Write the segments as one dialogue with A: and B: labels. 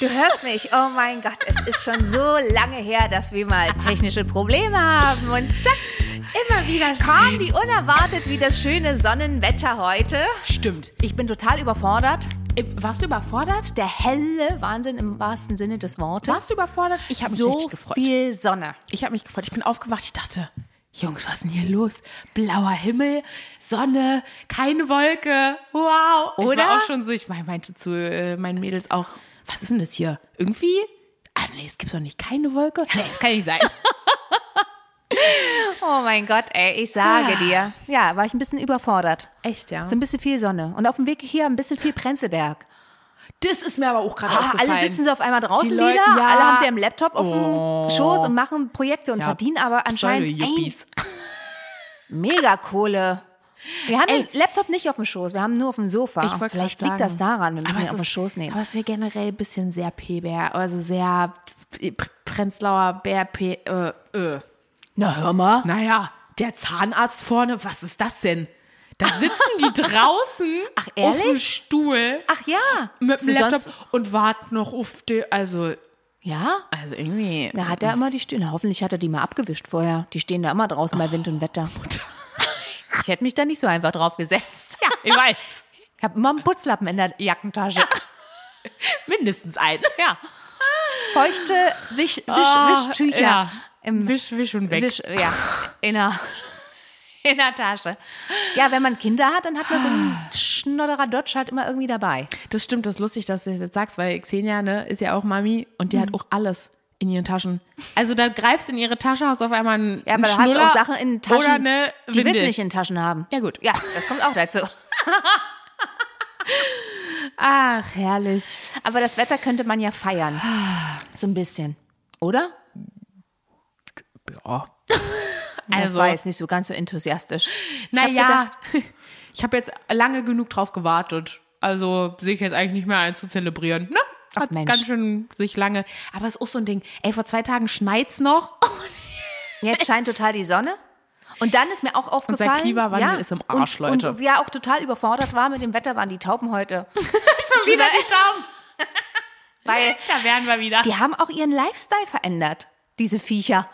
A: Du hörst mich. Oh mein Gott, es ist schon so lange her, dass wir mal technische Probleme haben. Und zack, immer wieder kam die unerwartet wie das schöne Sonnenwetter heute.
B: Stimmt.
A: Ich bin total überfordert.
B: Äh, Warst du überfordert?
A: Der helle Wahnsinn im wahrsten Sinne des Wortes.
B: Warst du überfordert? Ich habe mich
A: So
B: richtig gefreut.
A: viel Sonne.
B: Ich habe mich gefreut. Ich bin aufgewacht. Ich dachte, Jungs, was ist denn hier los? Blauer Himmel, Sonne, keine Wolke. Wow. Ich
A: Oder?
B: war auch schon so, ich mein- meinte zu äh, meinen Mädels auch, was ist denn das hier? Irgendwie? Ah, nee, es gibt doch nicht keine Wolke. Nee, es kann nicht sein.
A: Oh mein Gott, ey, ich sage dir. Ja, war ich ein bisschen überfordert.
B: Ah. Echt, ja.
A: So ein bisschen viel Sonne. Und auf dem Weg hier ein bisschen viel Prenzlberg.
B: Das ist mir aber auch gerade
A: Ah,
B: aufgefallen.
A: alle sitzen so auf einmal draußen
B: Die Leute-
A: wieder,
B: ja.
A: alle haben sie am Laptop auf
B: Oh.
A: dem Schoß und machen Projekte und
B: Ja.
A: verdienen aber anscheinend ey,
B: Pseudo-Yuppies.
A: mega Kohle. Wir haben den Laptop nicht auf dem Schoß, wir haben nur auf dem Sofa.
B: Ich wollte
A: Ah, Vielleicht
B: grad
A: liegt das
B: sagen.
A: daran, wir müssen
B: Aber
A: ihn
B: es
A: auf den
B: ist-
A: Schoß nehmen.
B: Aber es ist ja generell ein bisschen sehr PBR, also sehr P- Prenzlauer Bär, P, äh, äh.
A: Na hör mal.
B: Naja, der Zahnarzt vorne, was ist das denn? Da sitzen die draußen auf dem
A: ehrlich?
B: Stuhl
A: Ach ja.
B: mit dem
A: So
B: Laptop
A: sonst-
B: und warten noch auf die, also,
A: Ja?
B: also irgendwie.
A: Na, hat er immer die Stühle. Hoffentlich hat er die mal abgewischt vorher. Die stehen da immer draußen bei Wind und Wetter. Ich hätte mich da nicht so einfach drauf gesetzt. Ja.
B: Ich weiß,
A: Ich habe immer einen Putzlappen in der Jackentasche.
B: mindestens einen.
A: Ja. Feuchte Wisch, Wisch,
B: Ah,
A: Wischtücher
B: ja.
A: im
B: Wisch, wisch und weg.
A: Wisch, ja, in der, in der Tasche. Ja, wenn man Kinder hat, dann hat man so einen Schnodderer Dodge halt immer irgendwie dabei.
B: Das stimmt, das ist lustig, dass du das jetzt sagst, weil Xenia ne, ist ja auch Mami und die
A: Mhm.
B: hat auch alles in ihren Taschen. Also da greifst du in ihre Tasche, hast auf einmal einen
A: Ja, aber
B: einen
A: da hast du
B: Schnuller
A: auch Sachen in Taschen,
B: oder eine
A: die willst
B: Windel.
A: du nicht in Taschen haben.
B: Ja, gut.
A: Ja, das kommt auch dazu.
B: Ach, herrlich.
A: Aber das Wetter könnte man ja feiern. So ein bisschen. Oder?
B: Ja. Also.
A: das war jetzt nicht so ganz so enthusiastisch.
B: Naja, ich habe jetzt lange genug drauf gewartet. Also sehe ich jetzt eigentlich nicht mehr ein zu zelebrieren. Ne?
A: Ach,
B: Hat
A: Mensch.
B: ganz schön sich lange. Aber es ist auch so ein Ding. Ey, vor zwei Tagen schneit's noch.
A: Jetzt scheint total die Sonne. Und dann ist mir auch aufgefallen,
B: Klimawandel
A: ja,
B: ist im Arsch,
A: und,
B: Leute.
A: Und ja, auch total überfordert war mit dem Wetter, waren die Tauben heute.
B: Schon wieder die Daumen.
A: Weil
B: Da wären wir wieder.
A: die haben auch ihren Lifestyle verändert, diese Viecher.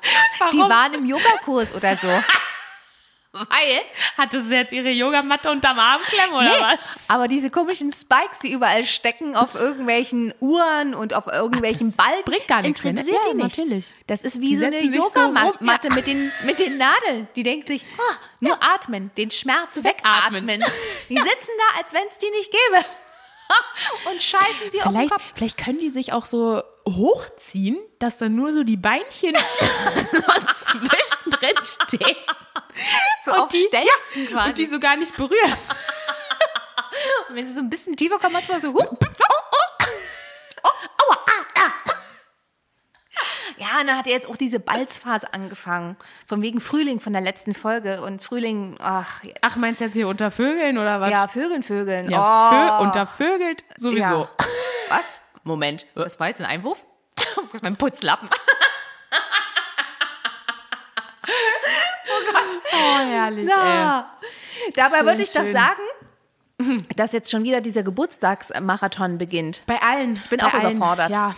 A: Die
B: Warum?
A: waren im Yogakurs oder so. Weil,
B: Hatte sie jetzt ihre Yogamatte unterm Arm klemmen oder
A: nee, aber diese komischen Spikes, die überall stecken auf irgendwelchen Uhren und auf irgendwelchen
B: Ach, das
A: Balken,
B: bringt gar
A: das
B: nichts mehr, ne?
A: interessiert
B: Ja,
A: die nicht.
B: natürlich.
A: Das ist wie
B: Die
A: so eine
B: setzen sich so rum, ja.
A: Yogamatte mit, den, mit den Nadeln. Die denkt sich, ah, nur atmen, den Schmerz
B: Wegatmen.
A: wegatmen. Die sitzen da, als wenn es die nicht gäbe. und scheißen sie auf den
B: Vielleicht,
A: Kopf.
B: vielleicht können die sich auch so hochziehen, dass dann nur so die Beinchen zwischendrin stehen
A: So auf
B: die-
A: Stelzen quasi.
B: und die so gar nicht berühren.
A: Und wenn sie so ein bisschen tiefer kommen, manchmal so, huch. oh, ah, Ja, und dann hat er jetzt auch diese Balzphase angefangen. Von wegen Frühling von der letzten Folge. Und Frühling, ach, jetzt.
B: Ach, meinst du jetzt hier unter Vögeln oder was?
A: ja, Vögeln, Vögeln.
B: Ja,
A: oh.
B: vö untervögelt sowieso.
A: Ja. Was? Moment, was war jetzt ein Einwurf? Wo ist mein Putzlappen?
B: Oh, herrlich,
A: Ja. Dabei
B: Schön,
A: wollte ich doch
B: schön.
A: sagen, dass jetzt schon wieder dieser Geburtstagsmarathon beginnt.
B: Bei allen. Ich
A: bin auch überfordert.
B: Ja,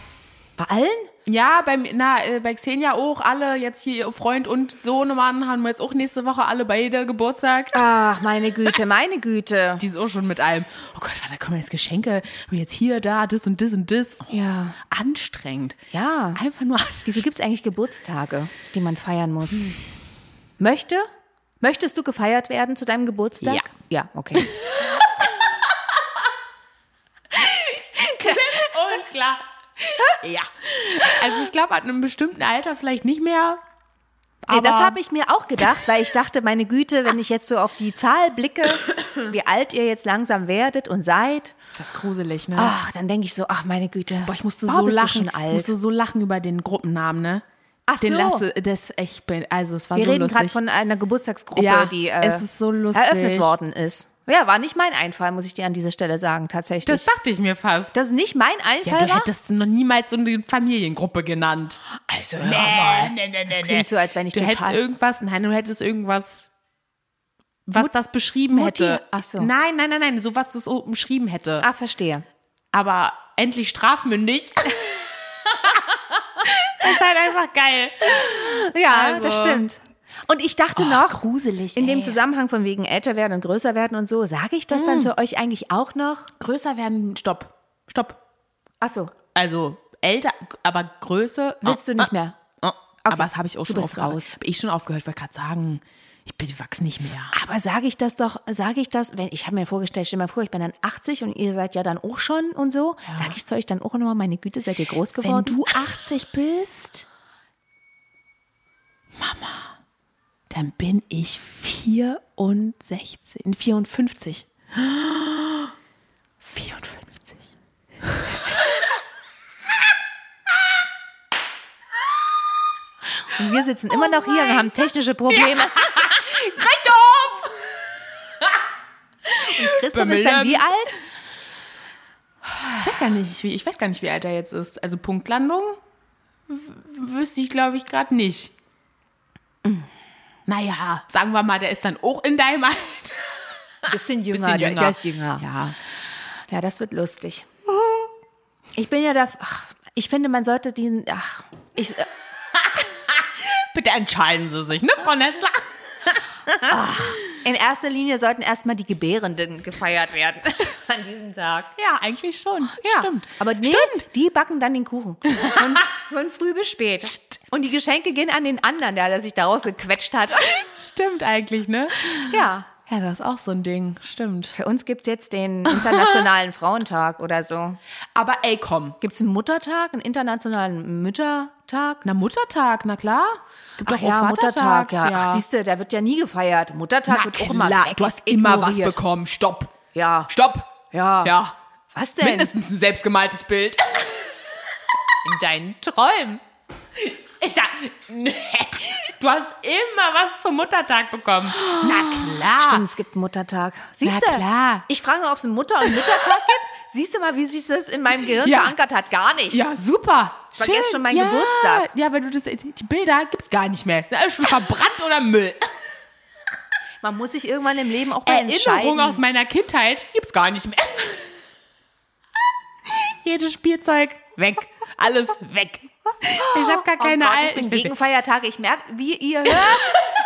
A: Bei allen?
B: ja bei, mir- na, äh, bei Xenia auch. Alle jetzt hier, ihr Freund und Sohnemann, haben wir jetzt auch nächste Woche alle beide Geburtstag.
A: Ach, meine Güte, meine Güte.
B: Die ist auch schon mit allem. Oh Gott, warte, da kommen jetzt Geschenke. Und jetzt hier, da, das und das und das. Oh,
A: Ja.
B: Anstrengend.
A: Ja.
B: Einfach nur anstrengend.
A: Wieso gibt es eigentlich Geburtstage, die man feiern muss? Möchte? Möchtest du gefeiert werden zu deinem Geburtstag?
B: Ja.
A: Ja, okay.
B: Und klar. ja. Also ich glaube, ab einem bestimmten Alter vielleicht nicht mehr.
A: Nee, das
B: Aber-
A: habe ich mir auch gedacht, weil ich dachte, meine Güte, wenn ich jetzt so auf die Zahl blicke, wie alt ihr jetzt langsam werdet und seid,
B: Das ist gruselig, ne?
A: ach, dann denke ich so, ach meine Güte.
B: Boah, ich musste
A: Boah,
B: so
A: bist du
B: lachen.
A: schon alt.
B: musste so lachen über den Gruppennamen, ne?
A: Ach
B: den
A: so.
B: lasse das ich bin also es war
A: Wir
B: so
A: reden gerade
B: lustig.
A: von einer Geburtstagsgruppe,
B: Ja,
A: die äh,
B: es ist so lustig.
A: eröffnet worden ist. Ja, war nicht mein Einfall, muss ich dir an dieser Stelle sagen, tatsächlich.
B: das
A: Das,
B: dachte ich mir fast.
A: ist nicht mein
B: Ja,
A: Einfall
B: du
A: war?
B: hättest noch niemals so eine Familiengruppe genannt.
A: Also, hör mal. Klingt so, als wenn ich
B: Du hättest
A: total...
B: irgendwas, nein, du hättest irgendwas, was das beschrieben
A: Mutti-
B: hätte.
A: Ach so.
B: Nein, nein, nein, nein, so was das so beschrieben hätte.
A: Ah, verstehe.
B: aber endlich strafmündig. das ist halt einfach geil.
A: Ja,
B: Also-
A: das stimmt. Und ich dachte
B: Ach,
A: noch,
B: gruselig.
A: in
B: ey.
A: dem Zusammenhang von wegen älter werden und größer werden und so, sage ich das dann zu euch eigentlich auch noch?
B: größer werden, stopp. Stopp.
A: Ach so,
B: Also älter, aber Größe.
A: willst du nicht mehr?
B: Oh, Aber das habe ich auch schon
A: bist
B: aufgehört.
A: raus.
B: Hab ich schon aufgehört, wollte gerade sagen, ich bin wachs nicht mehr.
A: Aber sage ich das doch, sage ich das, wenn ich habe mir vorgestellt, stell mal vor, ich bin dann 80 und ihr seid ja dann auch schon und so, sage ich zu euch dann auch nochmal, meine Güte, seid ihr groß geworden?
B: Wenn du 80 bist, Mama, dann bin ich 64, 54. 54.
A: und wir sitzen immer noch hier, wir haben technische Probleme.
B: Recht auf!
A: Christoph ist dann wie
B: Bimmeln.
A: alt?
B: Ich weiß gar nicht, wie, ich weiß gar nicht, wie alt er jetzt ist. Also Punktlandung w- wüsste ich, glaube ich, gerade nicht. Hm. Naja, sagen wir mal, der ist dann auch in deinem Alter.
A: Bisschen jünger,
B: der- der ist
A: jünger. Ja.
B: Ja.
A: ja, das wird lustig. Ich bin ja da, ach, ich finde, man sollte diesen, ach, ich,
B: Bitte entscheiden Sie sich, ne, Frau Nestler?
A: in erster Linie sollten erstmal die Gebärenden gefeiert werden an diesem Tag.
B: Ja, eigentlich schon.
A: Ja,
B: Oh, Stimmt.
A: Aber nee,
B: Stimmt.
A: die backen dann den Kuchen. Von, von früh bis spät. Und die Geschenke gehen an den anderen, der, der sich daraus gequetscht hat.
B: Stimmt eigentlich, ne?
A: Ja.
B: Ja, das ist auch so ein Ding. Stimmt.
A: Für uns gibt es jetzt den Internationalen Frauentag oder so.
B: Aber ey, komm.
A: Gibt es einen Muttertag, einen internationalen Müttertag?
B: Na, Muttertag, na klar. Gibt
A: Ach
B: doch
A: ja,
B: auch
A: Muttertag,
B: Vatertag.
A: ja. Ach, siehst du, der wird ja nie gefeiert. Muttertag
B: na
A: wird auch immer
B: klar,
A: weg-
B: du hast immer was
A: ignoriert.
B: bekommen. Stopp.
A: Ja.
B: Stopp.
A: Ja.
B: Ja.
A: Was denn?
B: Mindestens ein selbstgemaltes Bild.
A: In deinen Träumen.
B: Ich sag, nee, du hast immer was zum Muttertag bekommen. Na klar.
A: Stimmt, es gibt einen Muttertag. Siehst du?
B: Na klar.
A: Ich frage, ob es einen Mutter- und Müttertag gibt. Siehst du mal, wie sich das in meinem Gehirn
B: Ja.
A: verankert hat? Gar nicht.
B: Ja, super. Ich
A: vergesse schon meinen
B: ja.
A: Geburtstag.
B: Ja, weil du das, die Bilder gibt's gar nicht mehr. Na, Schon verbrannt oder Müll.
A: Man muss sich irgendwann im Leben auch mal
B: Erinnerungen
A: entscheiden. Oh
B: aus meiner Kindheit gibt's gar nicht mehr. Jedes Spielzeug weg. Alles weg. Ich habe gar
A: Oh
B: keine
A: Gott, ich
B: alten.
A: bin gegen Feiertage. Ich merke, wie ihr hört,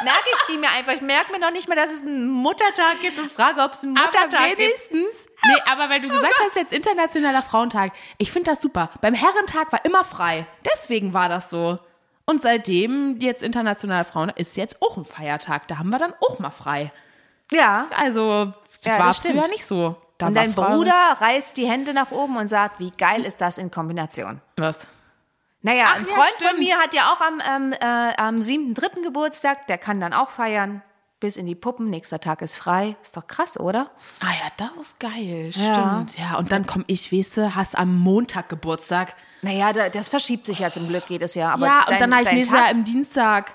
A: merke ich die mir einfach. Ich merke mir noch nicht mal, dass es einen Muttertag gibt und frage, ob es einen
B: aber
A: Muttertag gibt.
B: wenigstens. Nee, aber weil du gesagt hast, jetzt internationaler Frauentag. Ich finde das super. Beim Herrentag war immer frei. Deswegen war das so. Und seitdem jetzt internationaler Frauentag ist jetzt auch ein Feiertag. Da haben wir dann auch mal frei.
A: Ja.
B: Also, das
A: Ja, das
B: war
A: stimmt.
B: früher nicht so. Da
A: Und
B: war
A: dein
B: Frauen-
A: Bruder reißt die Hände nach oben und sagt, wie geil ist das in Kombination.
B: Was?
A: Naja,
B: Ach
A: ein
B: ja,
A: Freund von
B: stimmt.
A: mir hat ja auch am, ähm, äh, am siebten, dritten Geburtstag, der kann dann auch feiern. Bis in die Puppen, nächster Tag ist frei. Ist doch krass, oder?
B: Ah ja, das ist geil.
A: Ja.
B: Stimmt. Ja, und dann komm ich, weißt du, hast am Montag Geburtstag.
A: Naja, da, das verschiebt sich ja zum Glück jedes Jahr. Aber
B: ja, und
A: dein,
B: dann habe ich
A: dein
B: nächstes
A: Tag-
B: Jahr im Dienstag.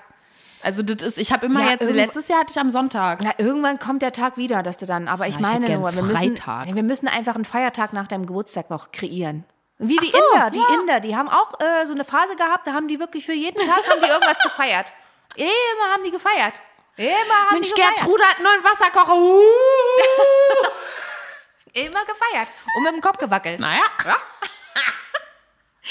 B: Also das ist, ich habe immer
A: Ja,
B: jetzt,
A: irgend-
B: letztes Jahr hatte ich am Sonntag.
A: Na, irgendwann kommt der Tag wieder, dass du dann, aber ich
B: Ah, ich hätte
A: meine
B: gern
A: nur, wir müssen,
B: Freitag.
A: wir müssen einfach einen Feiertag nach deinem Geburtstag noch kreieren. Wie die
B: so,
A: Inder, die
B: ja.
A: Inder, die haben auch äh, so eine Phase gehabt, da haben die wirklich für jeden Tag haben die irgendwas gefeiert. Immer haben die gefeiert. Immer haben
B: Mensch,
A: die gefeiert.
B: Gertrude hat einen neuen Wasserkocher. Uh.
A: Immer gefeiert. Und mit dem Kopf gewackelt.
B: naja.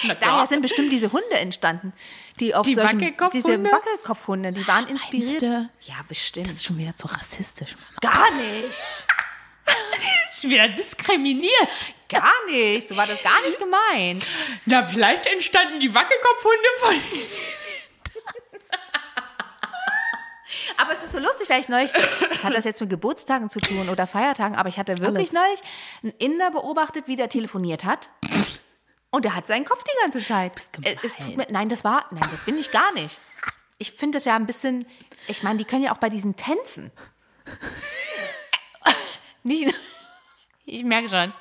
B: Na
A: Daher
B: klar.
A: sind bestimmt diese Hunde entstanden, die auf
B: Die
A: solchen, diese
B: Wackelkopfhunde?
A: Wackelkopfhunde, die waren inspiriert.
B: du?
A: Ja, bestimmt.
B: Das ist schon wieder zu rassistisch. Mama.
A: gar nicht.
B: Schon wieder diskriminiert.
A: Gar nicht. So war das gar nicht gemeint.
B: Na, vielleicht entstanden die Wackelkopfhunde von...
A: Aber es ist so lustig, weil ich neulich, was hat das jetzt mit Geburtstagen zu tun oder Feiertagen, aber ich hatte wirklich
B: Alles.
A: neulich einen Inder beobachtet, wie der telefoniert hat. Und der hat seinen Kopf die ganze Zeit. Äh,
B: gemein.
A: Es tut mir, nein, das war, nein, das bin ich gar nicht. Ich finde das ja ein bisschen, ich meine, die können ja auch bei diesen Tänzen. Äh, Nicht, ich merke schon,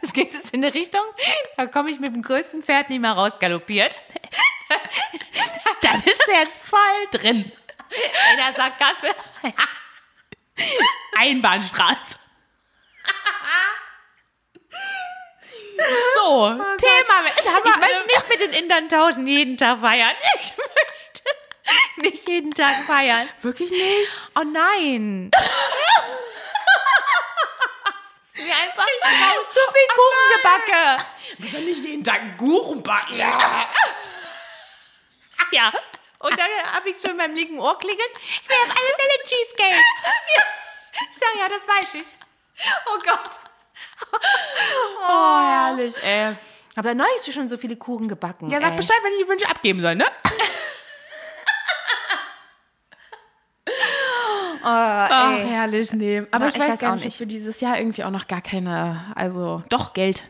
A: das geht jetzt in eine Richtung, da komme ich mit dem größten Pferd nicht mehr rausgaloppiert.
B: Da bist du jetzt voll drin.
A: In der Sackgasse.
B: Einbahnstraße. So, Thema.
A: ich möchte nicht mit den Indern tauschen, jeden Tag feiern. Ich möchte nicht jeden Tag feiern.
B: Wirklich nicht?
A: Oh nein. Das ist mir einfach zu viel Kuchen gebacke.
B: Muss ja nicht jeden Tag Kuchen backen.
A: Ja. Und dann habe ich schon beim linken Ohr klingelt. Wir haben alle Fälle Cheesecake. Ja. Sag ja, das weiß ich. Oh Gott.
B: Oh, herrlich, ey.
A: Aber neulich schon so viele Kuchen gebacken.
B: Ja, sag
A: ey.
B: Bescheid, wenn ich die Wünsche abgeben soll, ne? Ach,
A: ey.
B: herrlich, nee. Aber
A: Na,
B: Äh, ich, weiß gar nicht, ob wir dieses Jahr irgendwie auch noch gar keine, also doch Geld.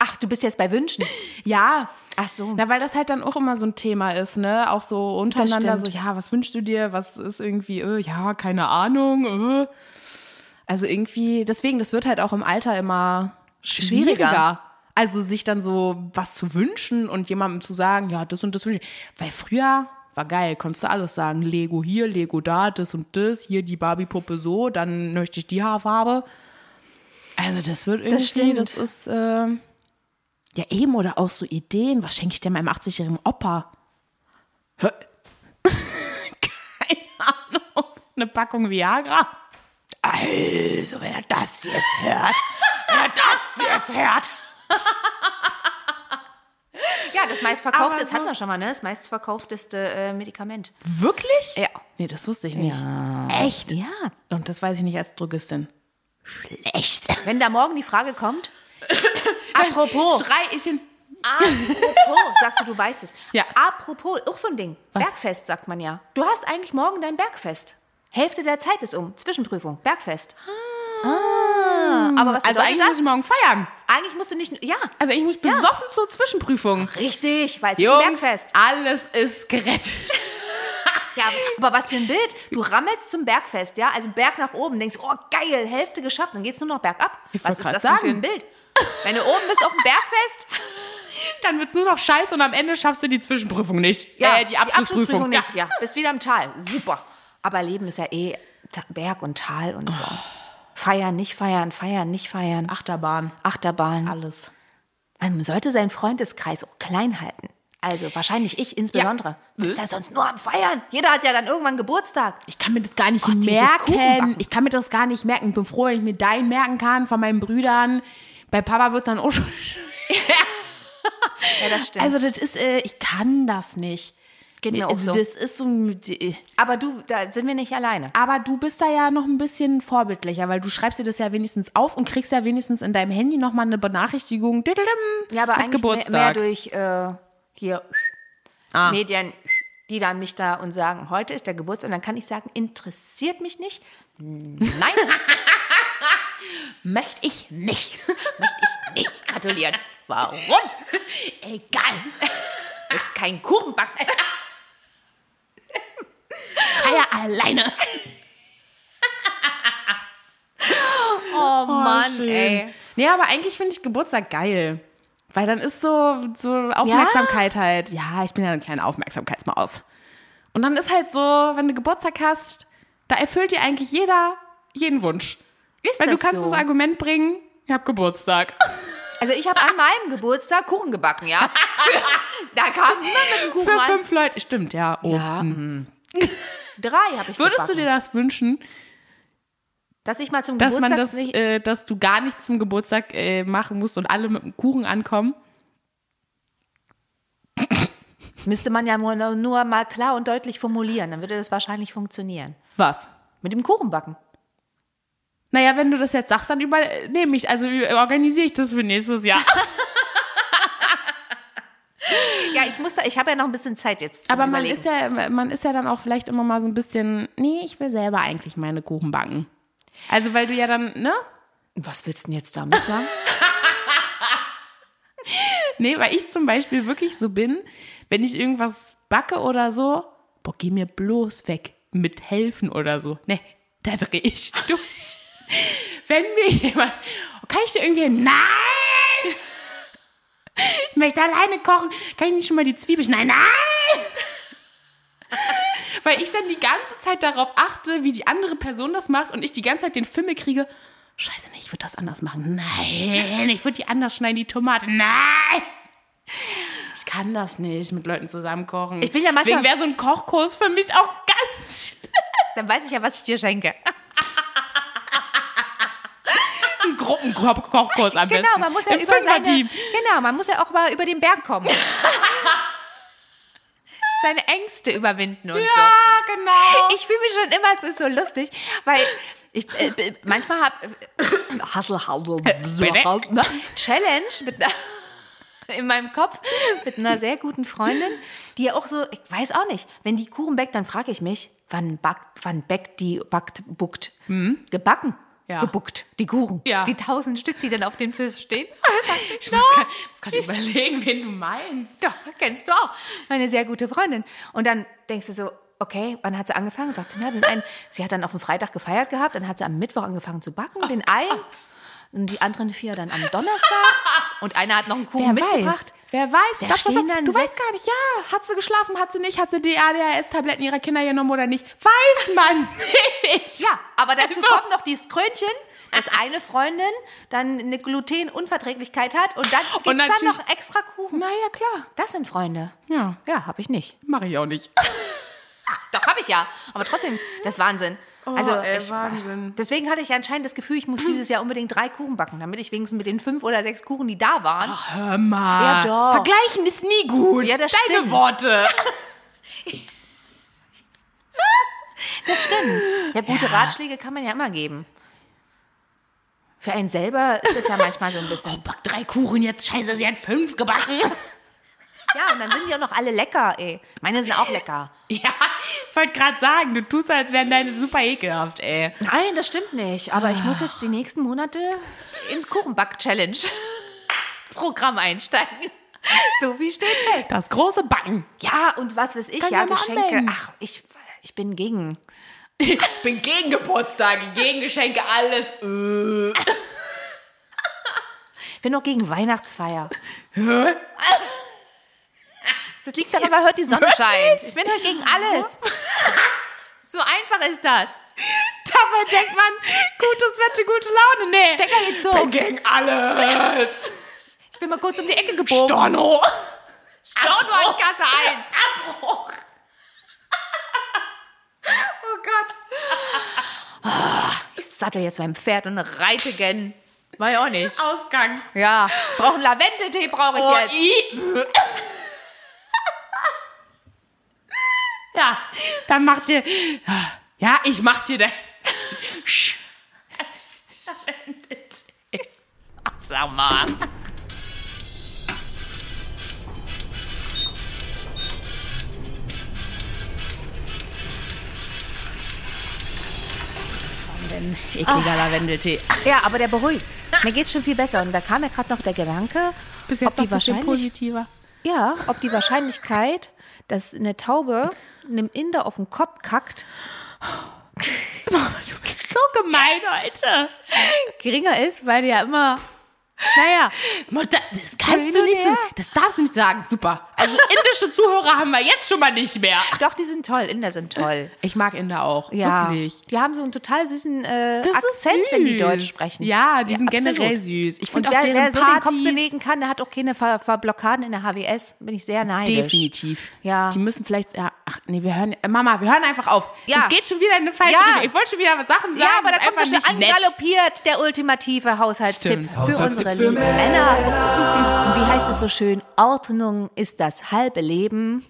A: Ach, du bist jetzt bei Wünschen.
B: Ja,
A: Ach so.
B: Na, weil das halt dann auch immer so ein Thema ist, ne? Auch so untereinander,
A: Das
B: so,
A: stimmt.
B: ja, was wünschst du dir? Was ist irgendwie, äh, ja, keine Ahnung. Äh. Also irgendwie, deswegen, das wird halt auch im Alter immer schwieriger.
A: Schwieriger.
B: Also sich dann so was zu wünschen und jemandem zu sagen, ja, das und das wünsche ich. Weil früher war geil, konntest du alles sagen. Lego hier, Lego da, das und das, hier die Barbie-Puppe so, dann möchte ich die Haarfarbe. Also das wird irgendwie,
A: stimmt.
B: das, ist... ähm, ja, eben, oder auch so Ideen. Was schenke ich denn meinem 80-jährigen Opa? Hä? Keine Ahnung. Eine Packung Viagra? Also, wenn er das jetzt hört. wenn er das jetzt hört.
A: Ja, das meistverkaufte,
B: Aber
A: das hatten wir schon mal, ne? Das meistverkaufteste äh, Medikament.
B: Wirklich?
A: Ja.
B: Nee, das wusste ich nicht. Echt?
A: Ja.
B: Und das weiß ich nicht als Drogistin. Schlecht.
A: Wenn da morgen die Frage kommt, apropos,
B: Schrei ich hin.
A: apropos, oh, sagst du, du weißt es.
B: Ja.
A: Apropos, auch so ein Ding.
B: Was?
A: Bergfest, sagt man ja. Du hast eigentlich morgen dein Bergfest. Hälfte der Zeit ist um. Zwischenprüfung, Bergfest. Ah. Aber was bedeutet
B: Also, eigentlich muss
A: das?
B: ich morgen feiern.
A: Eigentlich musst du nicht, ja.
B: Also, ich muss besoffen zur Zwischenprüfung.
A: Richtig, weil es ist ein
B: Jungs,
A: Bergfest.
B: alles ist gerettet.
A: Ja, aber was für ein Bild. Du rammelst zum Bergfest, ja? Also Berg nach oben, denkst, oh geil, Hälfte geschafft, dann geht's nur noch bergab.
B: Ich
A: Was
B: wollt
A: ist
B: grad
A: das denn für
B: sagen.
A: ein Bild? Wenn du oben bist auf dem Bergfest,
B: Dann wird's nur noch scheiße und am Ende schaffst du die Zwischenprüfung nicht.
A: ja,
B: äh, die Abschlussprüfung.
A: nicht, ja. Bist wieder im Tal, super. Aber Leben ist ja eh Ta- Berg und Tal und so. Feiern, nicht feiern, feiern, nicht feiern.
B: Achterbahn,
A: Achterbahn.
B: alles.
A: Man sollte seinen Freundeskreis auch klein halten. Also wahrscheinlich ich insbesondere. Bist ja sonst nur am Feiern. Jeder hat ja dann irgendwann Geburtstag.
B: Ich kann mir das gar nicht
A: dieses
B: merken.
A: Kuchenbacken.
B: Ich kann mir das gar nicht merken. Ich bin froh, wenn ich mir deinen merken kann, von meinen Brüdern. Bei Papa wird's dann auch schon.
A: Ja, das stimmt.
B: Also, das ist, äh, ich kann das nicht.
A: Geht mir auch
B: also,
A: so.
B: Das ist so. ein- äh,
A: Aber du, da sind wir nicht alleine.
B: Aber du bist da ja noch ein bisschen vorbildlicher, weil du schreibst dir das ja wenigstens auf und kriegst ja wenigstens in deinem Handy nochmal eine Benachrichtigung. Diddledim,
A: Ja, aber
B: mit
A: eigentlich mehr, mehr durch äh, hier
B: Ah.
A: Medien, die dann mich da und sagen, heute ist der Geburtstag. Und dann kann ich sagen, interessiert mich nicht. Nein,
B: Möchte ich nicht.
A: nicht gratulieren. Warum?
B: Egal.
A: Ich keinen Kuchen backen.
B: Feier alleine.
A: Oh Mann,
B: schön.
A: ey.
B: Nee, aber eigentlich finde ich Geburtstag geil. Weil dann ist so, so Aufmerksamkeit halt. Ja, ich bin ja ein kleiner Aufmerksamkeitsmaus. Und dann ist halt so, wenn du Geburtstag hast, da erfüllt dir eigentlich jeder jeden Wunsch.
A: Ist
B: Weil du
A: das
B: kannst
A: so?
B: das Argument bringen, ich habe Geburtstag.
A: also ich habe an meinem Geburtstag Kuchen gebacken, ja. da kam niemand mit dem Kuchen
B: Für
A: an.
B: fünf Leute. Stimmt, ja. Oh.
A: Ja, mm. Drei habe ich
B: Würdest
A: gebacken.
B: du dir das wünschen,
A: dass ich mal zum
B: dass man
A: Geburtstag
B: das,
A: nicht...
B: äh, dass du gar nichts zum Geburtstag äh, machen musst und alle mit dem Kuchen ankommen?
A: Müsste man ja nur, nur mal klar und deutlich formulieren, dann würde das wahrscheinlich funktionieren.
B: Was?
A: Mit dem Kuchenbacken.
B: Naja, wenn du das jetzt sagst, dann übernehme ich, also organisiere ich das für nächstes Jahr.
A: Ja, ich muss da, ich habe ja noch ein bisschen Zeit jetzt. Zum
B: Aber man
A: Überlegen.
B: ist, ja, man ist ja dann auch vielleicht immer mal so ein bisschen, nee, ich will selber eigentlich meine Kuchen backen. Also, weil du ja dann, ne?
A: Was willst du denn jetzt damit sagen?
B: Nee, weil ich zum Beispiel wirklich so bin, wenn ich irgendwas backe oder so, boah, geh mir bloß weg mit helfen oder so. Nee, da drehe ich durch. wenn mir jemand, kann ich dir irgendwie, nein! Ich möchte alleine kochen. Kann ich nicht schon mal die Zwiebel schneiden? Nein! Weil ich dann die ganze Zeit darauf achte, wie die andere Person das macht und ich die ganze Zeit den Fimmel kriege. Scheiße, nee, ich würde das anders machen. Nein, ich würde die anders schneiden, die Tomate. Nein! Ich kann das nicht mit Leuten zusammen kochen.
A: Ich bin ja manchmal-
B: Deswegen wäre so ein Kochkurs für mich auch ganz
A: Dann weiß ich ja, was ich dir schenke.
B: schlimm. Gruppenkochkurs am besten.
A: Genau, man muss ja
B: Im
A: über seine,
B: Fünferteam.
A: genau, man muss ja auch mal über den Berg kommen. seine Ängste überwinden und so.
B: Ja, genau.
A: Ich fühle mich schon immer, es ist so lustig, weil ich äh, b- manchmal habe äh, Hassel, Hassel,
B: bitte?
A: Hassel, ne? Challenge mit einer- in meinem Kopf mit einer sehr guten Freundin, die ja auch so, ich weiß auch nicht, wenn die Kuchen backt, dann frage ich mich, wann backt, wann backt die backt buckt, gebacken.
B: Mhm. Ja.
A: Gebuckt, die Kuchen,
B: Ja.
A: die tausend Stück, die dann auf dem Tisch stehen.
B: Ich muss grad- muss gerade überlegen, wen du meinst.
A: Doch, kennst du auch. Meine sehr gute Freundin. Und dann denkst du so, okay, wann hat sie angefangen? Sagt sie, na, den einen, sie hat dann auf dem Freitag gefeiert gehabt, dann hat sie am Mittwoch angefangen zu backen, den einen. Und die anderen vier dann am Donnerstag. Und einer hat noch einen Kuchen mitgebracht.
B: Wer weiß?
A: Da
B: Stopp, stopp,
A: stehen
B: stopp.
A: dann
B: Du
A: sechs-
B: weißt gar nicht, ja. Hat sie geschlafen, hat sie nicht, hat sie die ADHS-Tabletten ihrer Kinder genommen oder nicht? Weiß man nicht.
A: Ja, aber dazu
B: Also-
A: kommt noch dieses Krönchen, dass eine Freundin dann eine Glutenunverträglichkeit hat und dann gibt's
B: Und
A: dann
B: natürlich-
A: noch extra Kuchen.
B: Na ja, klar.
A: Das sind Freunde.
B: Ja,
A: Ja, habe ich nicht.
B: mache ich auch nicht.
A: Doch, habe ich ja. Aber trotzdem, das ist Wahnsinn. also,
B: ey,
A: ich,
B: Wahnsinn.
A: Deswegen hatte ich ja anscheinend das Gefühl, ich muss dieses Jahr unbedingt drei Kuchen backen, damit ich wenigstens mit den fünf oder sechs Kuchen, die da waren.
B: Hör mal.
A: Ja, doch.
B: Vergleichen ist nie gut.
A: Ja, das
B: Deine
A: stimmt.
B: Worte.
A: Das stimmt. Ja, gute Ratschläge kann man ja immer geben. Für einen selber ist es ja manchmal so ein bisschen.
B: Back drei Kuchen jetzt. Scheiße, sie hat fünf gebacken.
A: Ja, und dann sind die auch noch alle lecker, ey. Meine sind auch lecker.
B: ja, ich wollte gerade sagen, du tust, als wären deine super ekelhaft, ey.
A: Nein, das stimmt nicht. Aber ich muss jetzt die nächsten Monate ins Kuchenback-Challenge-Programm einsteigen. So viel steht fest.
B: Das große Backen.
A: Ja, und was weiß ich,
B: Kannst
A: ja,
B: ja mal
A: Geschenke.
B: anmelden.
A: Ach, ich, ich bin gegen.
B: Ich bin gegen Geburtstage, gegen Geschenke, alles. Äh.
A: Ich bin auch gegen Weihnachtsfeier. Das liegt daran, weil heute die Sonne scheint. Ich bin heute gegen alles. So einfach ist das.
B: Dabei denkt man, gutes Wetter, gute Laune. Nee.
A: Stecker gezogen.
B: gegen alles.
A: Ich bin mal kurz um die Ecke
B: Oh.
A: gebogen.
B: Storno.
A: Stau nur an Kasse 1.
B: Abbruch.
A: Oh Gott. Ich sattel jetzt mein Pferd und reite gen. War ja auch nicht.
B: Ausgang.
A: Ja, ich brauche einen Lavendeltee, brauche ich
B: Oh,
A: jetzt.
B: i. ja, dann macht ihr. Ja, ich mach dir da.
A: Ach, sag mal.
B: Ekliger Lavendeltee.
A: Ja, aber der beruhigt. Mir geht's schon viel besser. Und da kam mir gerade noch der Gedanke,
B: Bis
A: ob die wahrscheinlich,
B: positiver.
A: ja, ob die Wahrscheinlichkeit, dass eine Taube einem Inder auf den Kopf kackt,
B: Du bist so gemein heute.
A: geringer ist, weil die ja immer, naja,
B: Mutter, das kannst du nicht. so- Das darfst du nicht sagen. Super. Also indische Zuhörer haben wir jetzt schon mal nicht mehr.
A: doch, die sind toll. Inder sind toll.
B: Ich mag Inder auch.
A: Ja,
B: Äh, Wirklich.
A: die haben so einen total süßen äh,
B: Das ist
A: Akzent, wenn die
B: süß.
A: Deutsch sprechen.
B: Ja, die sind
A: absolut.
B: generell süß. Ich
A: Und
B: finde auch
A: wer,
B: deren
A: wer so den Kopf
B: Partys-
A: bewegen kann, der hat auch keine Ver Verblockaden in der HWS. Bin ich sehr neidisch.
B: Definitiv.
A: Ja.
B: Die müssen vielleicht. Ja, ach nee, wir hören. äh, Mama, wir hören einfach auf.
A: Ja.
B: Das geht schon wieder in eine falsche
A: Ja.
B: Richtung. Ich wollte schon wieder was Sachen sagen.
A: Ja, aber da
B: das
A: kommt
B: ist
A: er
B: einfach
A: schon
B: nicht nett.
A: angaloppiert, der ultimative Haushaltstipp
B: Stimmt.
A: für unsere lieben Männer. Und wie heißt es so schön? Ordnung ist das halbe Leben.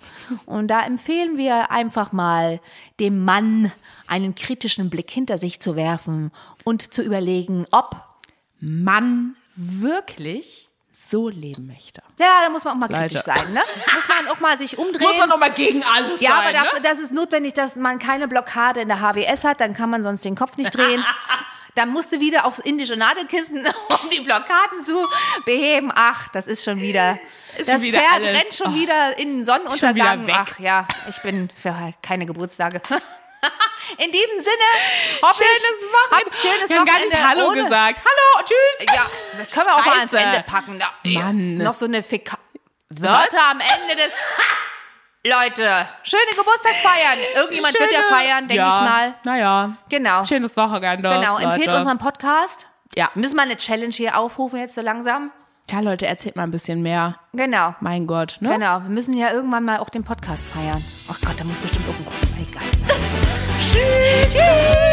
A: Und da empfehlen wir einfach mal dem Mann einen kritischen Blick hinter sich zu werfen und zu überlegen, ob.
B: Mann wirklich so leben möchte.
A: Ja, da muss man auch mal kritisch
B: Leute.
A: sein, ne? Muss man auch mal sich umdrehen.
B: nochmal gegen alles ne?
A: ja, aber dafür, das ist notwendig, dass man keine Blockade in der HWS hat, dann kann man sonst den Kopf nicht drehen. Dann musst du wieder aufs indische Nadelkissen, um die Blockaden zu beheben. Ach, das ist schon wieder.
B: Ist
A: das
B: schon wieder
A: Pferd
B: alles. Oh.
A: rennt schon wieder in den Sonnenuntergang.
B: Schon wieder weg.
A: Ach ja, ich bin für keine Geburtstage. In diesem Sinne, hopp ich,
B: Schönes Wochenende.
A: Hab schönes
B: wir haben gar nicht
A: Wochenende
B: Hallo
A: ohne-
B: gesagt. Hallo, tschüss.
A: Ja, können wir auch mal ans
B: Scheiße.
A: Ende packen. Na, eh,
B: Mann.
A: Noch so eine Fika Wörter am Ende des. Leute, schöne Geburtstagsfeiern. Irgendjemand wird ja
B: Schöne-
A: feiern, denke
B: ja,
A: ich mal.
B: Naja.
A: Genau.
B: Schönes Wochenende.
A: genau.
B: Leute.
A: Empfehlt unseren Podcast.
B: Ja.
A: Müssen wir eine Challenge hier aufrufen jetzt so langsam?
B: Ja, Leute, erzählt mal ein bisschen mehr.
A: Genau.
B: Mein Gott, ne?
A: Genau. Wir müssen ja irgendwann mal auch den Podcast feiern. Ach Gott, da muss bestimmt irgendwo. Egal.
B: Tschüss.